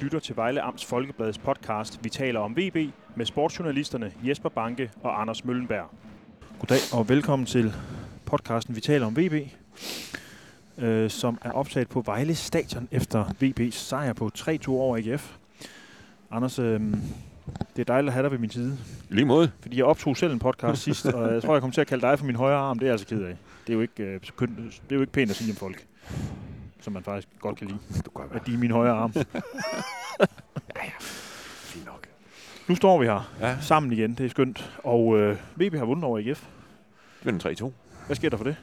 lytter til Vejle Amts Folkebladets podcast Vi taler om VB med sportsjournalisterne Jesper Banke og Anders Møllenberg. Goddag og velkommen til podcasten Vi taler om VB, øh, som er optaget på Vejle Stadion efter VB's sejr på 3-2 over AGF. Anders, øh, det er dejligt at have dig ved min side, I Lige måde. fordi jeg optog selv en podcast sidst, og jeg tror, jeg kommer til at kalde dig for min højre arm. Det er jeg altså ked af. Det er jo ikke, øh, køn- det er jo ikke pænt at sige om folk, som man faktisk godt kan lide, Du gør at de er min højre arm. fint nok. Nu står vi her Ja, sammen igen, det er skønt. Og øh, VB har vundet over AGF. det var den 3-2. Hvad sker der for det?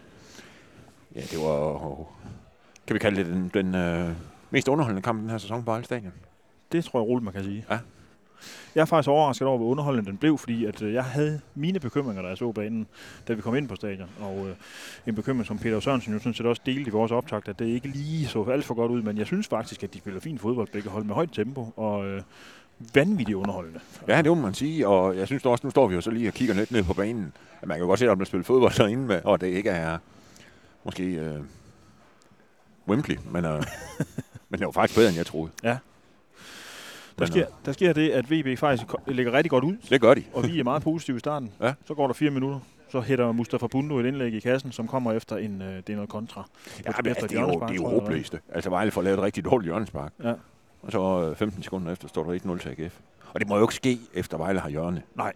Ja, det var... Kan vi kalde det den, den øh, mest underholdende kamp i den her sæson på Vejle Stadion? Det tror jeg roligt, man kan sige. Ja. Jeg er faktisk overrasket over, hvor underholdende den blev, fordi at, øh, jeg havde mine bekymringer, da jeg så banen, da vi kom ind på stadion. Og øh, en bekymring, som Peter Sørensen jo sådan set også delte i vores optakt, at det ikke lige så alt for godt ud, men jeg synes faktisk, at de spiller fint fodbold, begge hold med højt tempo og øh, vanvittigt underholdende. Ja, det må man sige, og jeg synes da også, nu står vi jo så lige og kigger lidt ned på banen. At man kan jo godt se, at der bliver spillet fodbold derinde, med, og det ikke er måske øh, Wembley, men, øh, men det var faktisk bedre, end jeg troede. Der Men, øh, sker, der sker det, at VB faktisk ko- ligger rigtig godt ud, Det gør de. og vi er meget positive i starten. Ja. Så går der fire minutter, så hætter Mustafa Bundo et indlæg i kassen, som kommer efter en, øh, det er noget kontra. Ja, men, altså, et det er jo, hjørnespark, det er jo tror jeg, eller hvad? håbløst. Altså Vejle får lavet et rigtig dårligt hjørnespark. Ja. Og så øh, 15 sekunder efter står der 1-0 til AGF. Og det må jo ikke ske, efter Vejle har hjørne. Nej,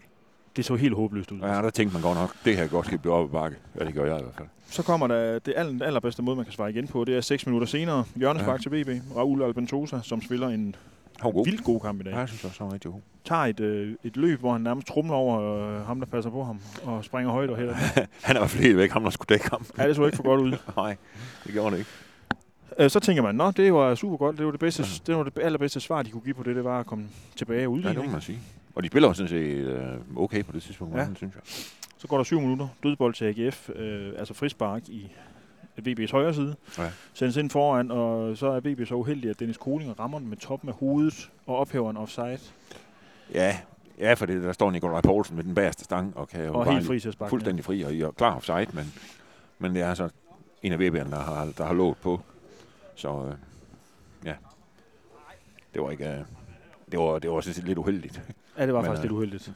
det så helt håbløst ud. Ja, der tænkte man godt nok, det her godt skal blive op ad bakke. Ja, det gør jeg i hvert fald. Så kommer der det aller, allerbedste måde, man kan svare igen på. Det er 6 minutter senere. Hjørnespark ja. til VB. Raul Albentosa, som spiller en Han var god. vildt god kamp i dag. Oh. Ja, Ja. jeg synes også, han var rigtig god. Tager et, øh, et løb, hvor han nærmest trumler over øh, ham, der passer på ham. Og springer højt og hælder. den. Han er i hvert fald helt væk, ham der skulle dække ham. Ja, det så ikke for godt ud. Nej, det gjorde han ikke. Øh, så tænker man, nå, det var super godt. Det var det, bedste, Ja. det, var det allerbedste svar, de kunne give på det. Det var at komme tilbage og Ja, det udligne. må man sige. Og de spiller også sådan set øh, okay på det tidspunkt, Ja. ja. synes jeg. Så går der 7 minutter. Dødbold til AGF, øh, altså frispark i VB's højre side. Ja. Sendes ind foran, og så er VB så uheldig, at Dennis Koning rammer den med toppen af hovedet og ophæver en offside. Ja, ja for det, der står Nikolaj Poulsen med den bagerste stang, og kan jo Og bare helt fri til at sparke. den. fuldstændig fri, og I er klar offside, men, men det er altså en af VB'erne, der har, der har låget på. Så øh, ja, det var ikke... Øh, det var, det var sådan set lidt uheldigt. Ja, det var Men, faktisk øh, lidt uheldigt.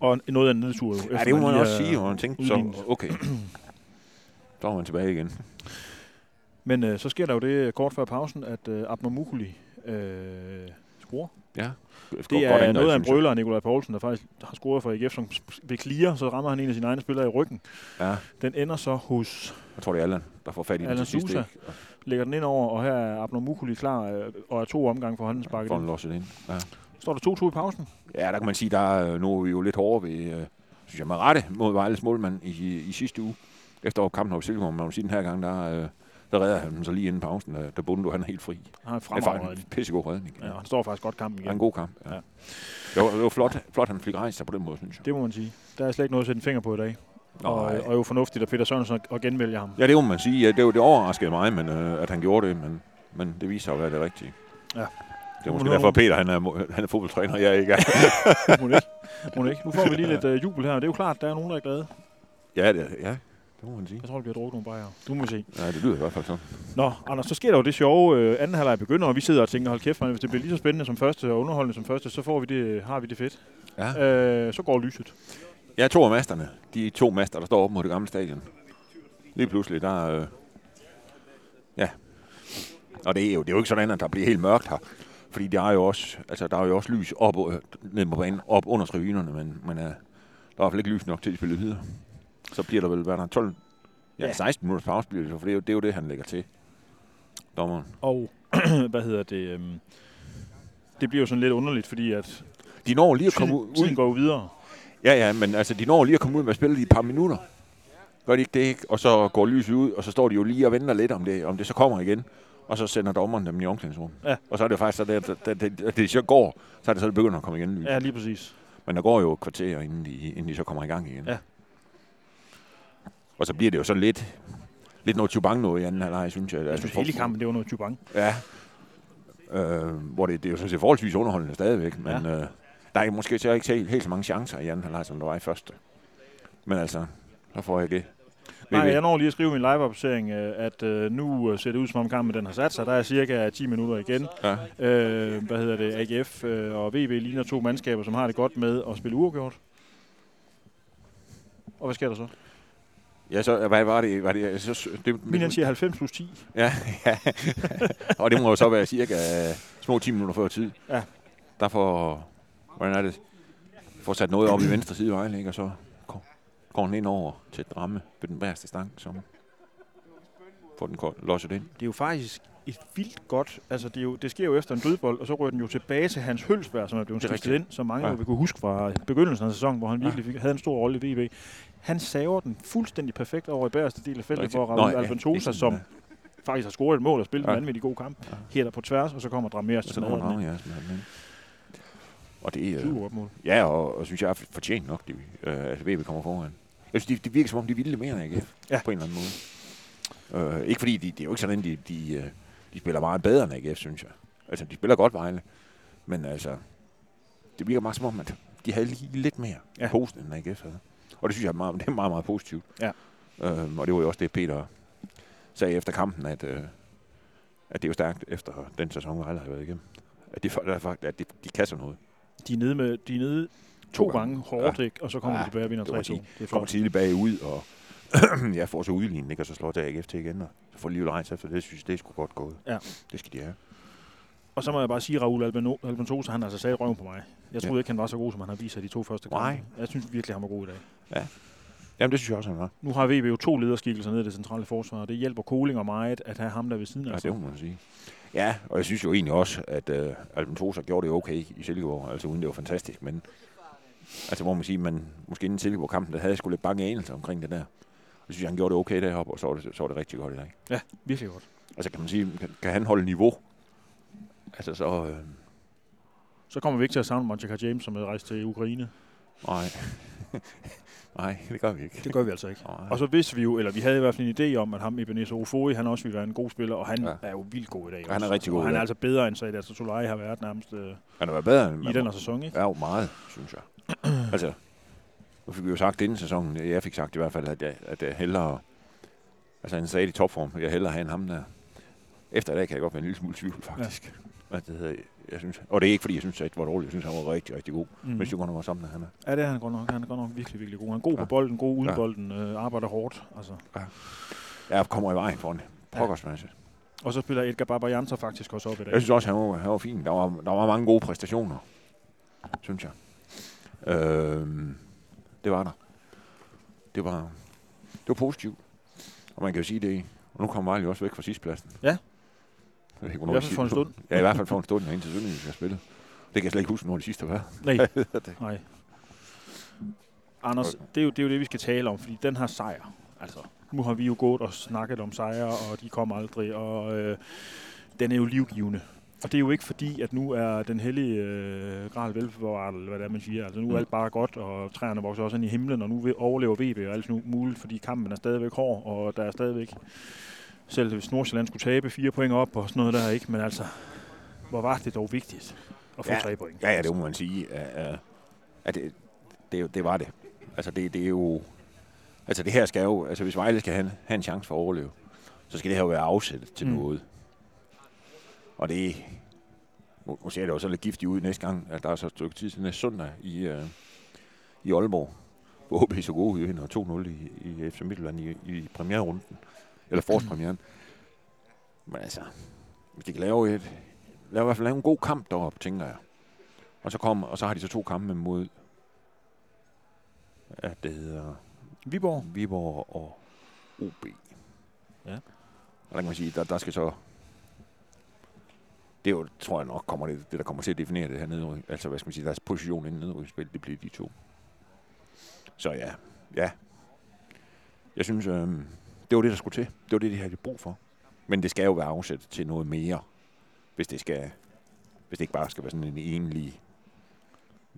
Og en- noget af en nedtur jo. Ja, efter det må man lige også er- sige, og man tænkte, så udlignet. okay, så var man tilbage igen. Men øh, så sker der jo det kort før pausen, at øh, Abner Mukuli øh, scorer. Ja. Det er godt noget af en brøler af Nikolaj Poulsen, der faktisk har scoret for AGF, som sp- ved clear, så rammer han en af sine egne spillere i ryggen. Ja, Den ender så hos, jeg tror, det er Allan, der får fat i den Allan til sidst. Sousa. ikke? Og lægger den ind over, og her er Abner Mukuli klar, øh, og er to omgange for hånden sparket Får han ind. losset ind. Ja. Står der 2-2 i pausen? ja, der kan man sige, der er, øh, nu er vi jo lidt hårdere ved, øh, synes jeg, med rette mod Vejles målmand i, i sidste uge. Efter kampen over Silkeborg, man må sige, den her gang, der, øh, der redder han den så lige inden pausen, øh, da, da Bundo, han er helt fri. Det Han er er fremragende. faktisk en pissegod redning. Ja. Ja, han står faktisk godt kampen Det er en igen. god kamp. Ja. Ja. Det, var, det var flot, flot, han fik rejst sig på den måde, synes jeg. Det må man sige. Der er slet ikke noget at sætte en finger på i dag. Nå, Og, ej. og jo fornuftigt, at Peter Sørensen og genvælger ham. Ja, det må man sige. Ja, det, var- det overraskede mig, men, øh, at han gjorde det, men, men det viser sig at være det rigtige. Ja. Det er måske Hvornår- derfor, Peter han er, mo- han er fodboldtræner, og jeg ikke er. Må det ikke? Må det ikke? Nu får vi lige lidt øh, jubel her. Det er jo klart, der er nogen, der er glade. ja, det, ja, det må man sige. Jeg tror, der bliver drukket nogle bajer. Du må se. Ja, det lyder i hvert fald sådan. Nå, Anders, så sker der jo det sjove. Øh, anden halvleg begynder, og vi sidder og tænker, hold kæft, man, hvis det bliver lige så spændende som første og underholdende som første, så får vi det, øh, har vi det fedt. Ja. Øh, så går lyset. Ja, to af masterne. De to master, der står oppe mod det gamle stadion. Lige pludselig, der... Øh, ja. Og det er, jo, det er jo ikke sådan, at der bliver helt mørkt her. Fordi der er jo også, altså, der er jo også lys op, øh, ned på banen, op under tribunerne, men, men øh, der er i hvert fald ikke lys nok til at spille videre. Så bliver der vel, hvad er der 12... Ja, Ja. 16 minutters pause bliver det, så, for det er, jo, det er jo det, han lægger til. Dommeren. Og hvad hedder det? øhm, det bliver jo sådan lidt underligt, fordi at De når lige at komme tiden, ud. tiden går jo videre. Ja, ja, men altså, de når lige at komme ud med at spille i et par minutter. Gør de ikke det, ikke? Og så går lyset ud, og så står de jo lige og venter lidt, om det, om det så kommer igen. Og så sender dommeren dem i omklædningsrummet. Ja. Og så er det jo faktisk, så det, det, det, det, det så går, så er det så, det begynder at komme igen lys. Ja, lige præcis. Men der går jo et kvarter, inden de, inden de så kommer i gang igen. Ja. Og så bliver det jo sådan lidt, lidt noget tubang noget i anden halvleg, synes jeg. Altså, Jeg synes, hele kampen, det var noget jubang. Ja. Øh, hvor det, det er jo sådan set forholdsvis underholdende stadigvæk, men ja. øh, der er måske så ikke helt, helt så mange chancer i anden halvleg, som der var i første. Men altså, så får jeg det. Nej, jeg når lige at skrive i min liveopdatering, øh, at øh, nu øh, ser det ud som om kampen den har sat sig. Der er cirka 10 minutter igen. Ja. Øh, hvad hedder det? AGF øh, og VB ligner to mandskaber, som har det godt med at spille uafgjort. Og hvad sker der så? Ja, så hvad var det? Var det, så, så- det Milan siger 90 plus 10. Ja, ja. og det må jo så være cirka øh, små 10 minutter før tid. Ja. Der får, hvordan er det, får sat noget op i venstre side af vejen, ikke? og så går- går den ind over til et ramme ved den værste stang, som får den ko- losset ind. Det er jo faktisk et vildt godt, altså det, er jo, det sker jo efter en dødbold, og så rører den jo tilbage til Hans Hølsberg, som er blevet Det er skiftet ind, som mange Ja. ja. vil kunne huske fra begyndelsen af sæsonen, hvor han virkelig fik, havde en stor rolle i VB. Han saver den fuldstændig perfekt over i bagerste del af feltet, Rigtigt. hvor Nå, Raul ja, det er Albentosa, sådan, som ja. faktisk har scoret et mål og spillet ja. Ja. en vanvittig god kamp, Ja. ja. hætter på tværs, og så kommer Dramers Og til så kommer maden. den ja, sådan her. Og det er, øh, Super opmål. ja, og, og synes jeg er fortjent nok, de, øh, at VB kommer foran. Jeg synes, det, det virker som om, de ville det mere, ikke? Ja. På en eller anden måde. Øh, ikke fordi, de, det er jo ikke sådan, de, de, øh, de spiller meget bedre end AGF, synes jeg. Altså, de spiller godt Vejle, men altså, det virker meget som om, at de havde lige lidt mere ja. Ja. posten, end AGF havde. Og det synes jeg er meget, det er meget, meget positivt. Ja. Øhm, og det var jo også det, Peter sagde efter kampen, at, øh, at det er jo stærkt efter den sæson, Vejle har været igennem. At, det, at de, de kaster noget. De er nede, med, de er nede to, To to gange, gange hårdt, ja. og så kommer Ja, ja. de tilbage og vinder 3-2. det må jeg sige. Det er kommer flot. tidligt bagud, og ja, får så udlignet, ikke? og så slår til AGF til igen, og så får livet rejst efter det, synes jeg, det er sgu godt gået. Ja. Det skal de have. Og så må jeg bare sige, at Raul Albano- Albentosa, han har altså sat røven på mig. Jeg troede ikke, han var så god, som han har vist sig de to første kampe. Nej. Jeg synes virkelig, han var god i dag. Jamen, det synes jeg også, han var. Nu har VB jo to lederskikkelser nede i det centrale forsvar, og det hjælper Koling og meget at have ham der ved siden af Ja, sig. det må man sige. Ja, og jeg synes jo egentlig også, at øh, Albentosa gjorde det okay i Silkeborg, altså uden det var fantastisk, men altså hvor man siger, man måske inden Silkeborg-kampen, der havde jeg sgu lidt bange anelser omkring det der. Jeg synes, han gjorde det okay deroppe, og så var det, så var det rigtig godt i dag. Virkelig godt. Altså kan man sige, kan, kan han holde niveau? Altså så, øh, Så kommer vi ikke til at savne Monchaka James, som er rejst til Ukraine. nej. nej, det gør vi ikke. Det gør vi altså ikke. Nej. Og så vidste vi jo, eller vi havde i hvert fald en idé om, at ham Ebenezer Ofori, han også ville være en god spiller, og han Ja. ja. er jo vildt god i dag. Ja, han er også. rigtig god Og i han er dag. altså bedre end Sadat Solari har været nærmest øh, Han har været bedre end i den her sæson, ikke? Ja, jo meget, synes jeg. altså, nu fik vi jo sagt inden sæsonen, jeg fik sagt i hvert fald, at jeg, at jeg hellere, altså han sagde i topform, jeg hellere have en ham der. Efter i dag kan jeg godt være en lille smule i tvivl, faktisk. Ja. det hedder, jeg synes, og det er ikke, fordi jeg synes, at det var dårligt. Jeg synes, han var rigtig, rigtig god. Mm. Mm. Men jeg synes godt nok, hvor sammen han er. Ja, det er han godt nok. Han er godt nok virkelig, virkelig god. Han er god Ja. på bolden, god uden Ja. bolden, øh, arbejder hårdt. Altså. Jeg kommer i vejen for en pokkersmasse. Ja. Og så spiller Edgar Barbajan så faktisk også op i dag. Jeg synes også, han var, han var fin. Der var, der var mange gode præstationer, synes jeg. Øhm, det var der. Det var, det var positivt. Og man kan jo sige det, og nu kommer Vejle jo også væk fra sidstpladsen. Ja. Jeg ved ikke, hvornår I hvert de fald for en sidste- stund. Ja, i hvert fald for en stund, indtil Sønderjysk har spillet. Det kan jeg slet ikke huske, når det sidste var. Nej. Nej. Anders, det er, jo, det er jo det, vi skal tale om, fordi den her sejr, altså, nu har vi jo gået og snakket om sejre, og de kom aldrig, og øh, den er jo livgivende. Og det er jo ikke fordi, at nu er den hellige øh, gral velforvaret, eller hvad det er, man siger. Altså nu Mm. er alt bare godt, og træerne vokser også ind i himlen, og nu vil- overlever VB og alt nu muligt, fordi kampen er stadigvæk hård, og der er stadigvæk, selv hvis Nordsjælland skulle tabe fire point op og sådan noget der, ikke? Men altså, hvor var det dog vigtigt at få Ja. tre point? Ja, ja, det må man sige. At, øh, at det, det, er jo- det var det. Altså, det, det er jo... Altså, det her skal jo... Altså, hvis Vejle skal have, en- have en chance for at overleve, så skal det her jo være afsættet til mm. Mm. noget. Og det... Nu, nu ser det jo så lidt giftigt ud næste gang, at der er så et stykke tid til næste søndag i, øh, i Aalborg, hvor OB så gode vinder 2-0 i, i FC Midtjylland i, i premierrunden, eller forårspremieren. Men altså, hvis de kan lave et, lave i hvert fald lave en god kamp deroppe, tænker jeg. Og så, kom, og så har de så to kampe mod ja, det hedder Viborg. Viborg og OB. Ja. Og der kan man sige, der, der skal så... Det er jo, tror jeg nok, kommer det, det, der kommer til at definere det her nedryk. Altså, hvad skal man sige, deres position inden nedrykningsspil, det bliver de to. Så ja, ja. Jeg synes, øh, det var det, der skulle til. Det var det, de havde brug for. Men det skal jo være afsat til noget mere, hvis det skal hvis det ikke bare skal være sådan en enlig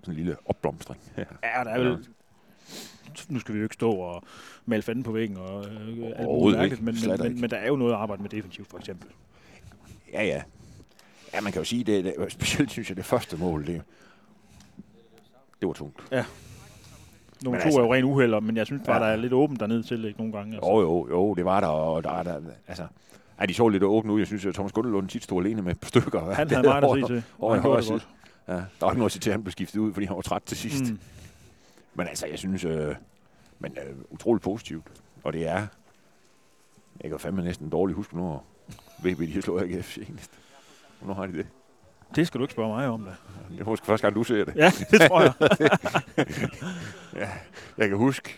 sådan en lille opblomstring. Ja, der er vel... Nu skal vi jo ikke stå og male fanden på væggen og øh, alt Overhovedet muligt mærkeligt, ikke. men, Slet men, ikke. men, men der er jo noget at arbejde med defensivt, for eksempel. Ja, ja. Ja, man kan jo sige, det, det specielt synes jeg, det første mål, det, det var tungt. Ja. Nummer Men to altså- er jo ren uheld, og- men jeg synes bare, Ja. der er lidt åbent dernede til ikke, nogle gange. Altså, Jo, jo, jo, det var der, og der, der altså, ej, de så lidt åbne ud. Jeg synes, at Thomas Gundelund tit stod alene med et par stykker. Han havde meget at se til, og over han gjorde i højre det side. godt. Ja, der var ikke noget at sige til, at han blev skiftet ud, fordi han var træt til sidst. Mm. Mm. Men altså, jeg synes, øh, men øh, utroligt positivt. Og det er, jeg kan fandme næsten dårligt huske, når VB de har slået AGF senest. Hvornår har de det? Det skal du ikke spørge mig om, da. Det er måske første gang, du ser det. Ja, det tror jeg. Jeg kan huske.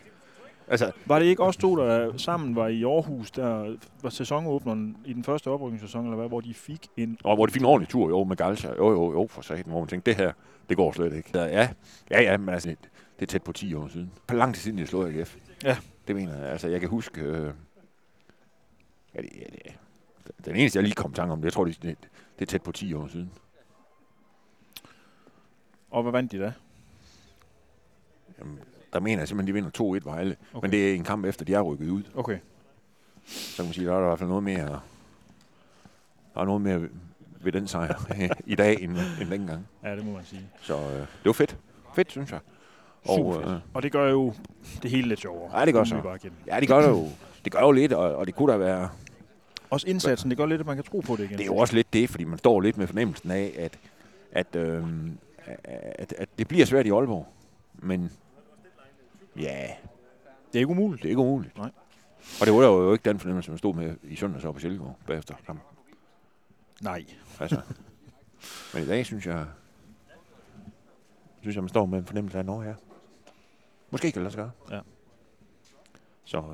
Altså, Var det ikke også to, der sammen var i Aarhus, der var sæsonåbneren i den første oprykningssæson, eller hvad, hvor de fik en... og hvor de fik en ordentlig tur, jo, med Galsa. Jo, jo, jo, for satan, hvor man tænkte, det her, det går slet ikke. Så ja, ja, ja, men altså, det, det er tæt på 10 år siden. På lang tid siden, jeg slog AGF. Ja. Det mener jeg. Altså, jeg kan huske... Øh, ja, det, ja, det, den eneste, jeg lige kom i tanke om, det, jeg tror, det, det, det er tæt på 10 år siden. Og hvad vandt de da? Jamen, der mener jeg simpelthen, de vinder 2-1 Vejle. Okay. Okay. Men det er en kamp efter, de er rykket ud. Okay. Så kan man sige, der er der i hvert fald noget mere... Der er noget mere ved, ved den sejr i dag, end, end dengang. Ja, det må man sige. Så øh, det var fedt. Fedt, synes jeg. Super fedt. øh, Og det gør jo det hele lidt sjovere. Ja, det gør så. Umiddelbart igen. ja, det gør det jo. Det gør jo lidt, og, og det kunne da være... Også indsatsen, det gør lidt, at man kan tro på det igen. Det er jo også lidt det, fordi man står lidt med fornemmelsen af, at, at, øh, at, at det bliver svært i Aalborg. Men ja, det er ikke umuligt. det er ikke umuligt. Nej. Og det var jo ikke den fornemmelse, man stod med i søndags oppe på Sjælgaard bagefter kampen. Nej. Altså. Men i dag synes jeg, synes jeg, man står med en fornemmelse af noget her. Måske kan det lade sig gøre. Ja. Så øh,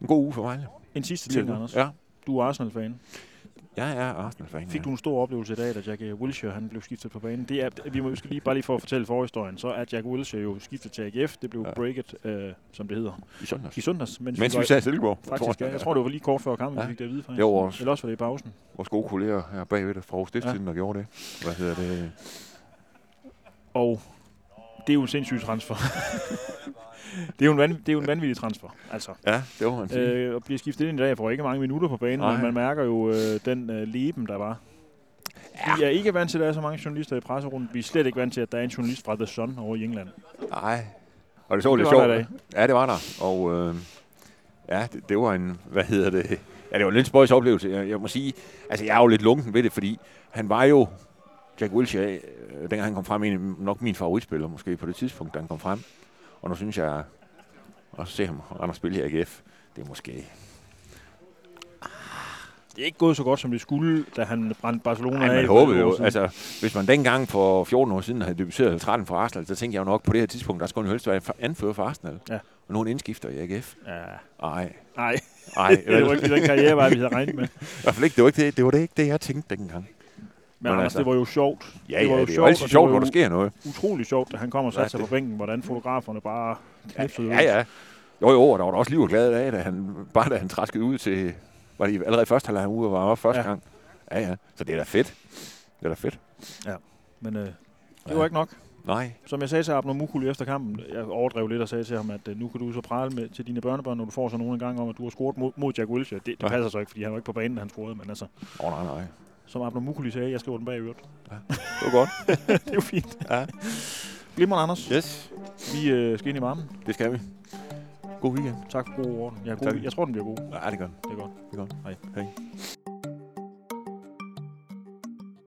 en god uge for Vejle. En sidste ting, Anders. Ja, Du er Arsenal-fan. jeg er Arsenal-fan. Fik du en stor oplevelse i dag, da Jack Wilshere han blev skiftet på banen? Det er, vi måske lige bare lige for at fortælle forhistorien, så er Jack Wilshere jo skiftet til AGF. Det blev Ja. ja. breaket, øh, som det hedder, i søndags? i søndags. Mens, Mens var- vi sad i Silkeborg. Faktisk, ja. Jeg tror, det var lige kort før kampen, Ja. ja. vi fik det at vide, faktisk. Det var vores- Eller også var det i pausen. Vores gode kolleger her bagved fra Aarhus Stiftstiden, ja. der gjorde det. Hvad hedder det? Og det er jo en sindssyg transfer. det, er jo en vanv- det er jo en vanvittig transfer, altså. Ja, det var han sige. Øh, og bliver skiftet ind i dag, får ikke mange minutter på banen, Nej. men man mærker jo øh, den øh, leben, der var. Ja. Vi er ikke vant til, at der er så mange journalister i presserunden. Vi er slet ikke vant til, at der er en journalist fra The Sun over i England. Nej. Og det så lidt var der sjovt. i dag. Ja, det var der. Og øh, ja, det, det, var en, hvad hedder det? Ja, det var en lidt spøjs oplevelse. Jeg, jeg må sige, altså jeg er jo lidt lunken ved det, fordi han var jo, Jack Wilshere, øh, dengang han kom frem, en, nok min favoritspiller måske på det tidspunkt, da han kom frem. Og nu synes jeg, at se ham og Anders spille her i AGF, det er måske... Det er ikke gået så godt, som det skulle, da han brændte Barcelona Nej, af. man for et håbede år jo. siden. Altså, hvis man dengang for 14 år siden havde debusseret 13 for Arsenal, så tænkte jeg jo nok på det her tidspunkt, der skulle han jo helst være anfører for Arsenal. Ja. Og nu er han indskifter i AGF. Ja. Ej, Nej, ej. det var ikke lige den karrierevej, vi havde regnet med. I hvert fald ikke, det var ikke det, det var det ikke det, jeg tænkte dengang. Men Anders, altså- det var jo sjovt. Ja, det var ja, jo det er jo sjovt, altid og det sjovt, var når der jo- sker noget. Utrolig sjovt, da han kom og Ja, satte sig det- på bænken, hvordan fotograferne bare knipsede ud. Ja, ja. Jo, jo, og der var da også liv og glade af, da han, bare da han træskede ud til... Var det allerede første halvleg ude og var op første Ja. gang? Ja, ja. Så det er da fedt. Det er da fedt. Men øh, det Ja. var ikke nok. Nej. Som jeg sagde til Abner Mukul efter kampen, jeg overdrev lidt og sagde til ham, at øh, nu kan du så prale med, til dine børnebørn, når du får sådan nogle gange om, at du har scoret mod, mod Jack Wilshere. Det, det Ja. passer så ikke, fordi han var ikke på banen, da han scorede, men altså, Åh, oh, nej, nej. som Abner Mukul sagde, jeg skriver den bag øret. Det var godt. det er jo fint. Ja. Glimrende, Anders. Yes, Vi øh, skal ind i varmen. det skal vi. God weekend. Tak for god orden. Jeg, er god, Tak. jeg tror, den bliver god. Ja, det gør Det er godt. Det er godt. Hej. Hej.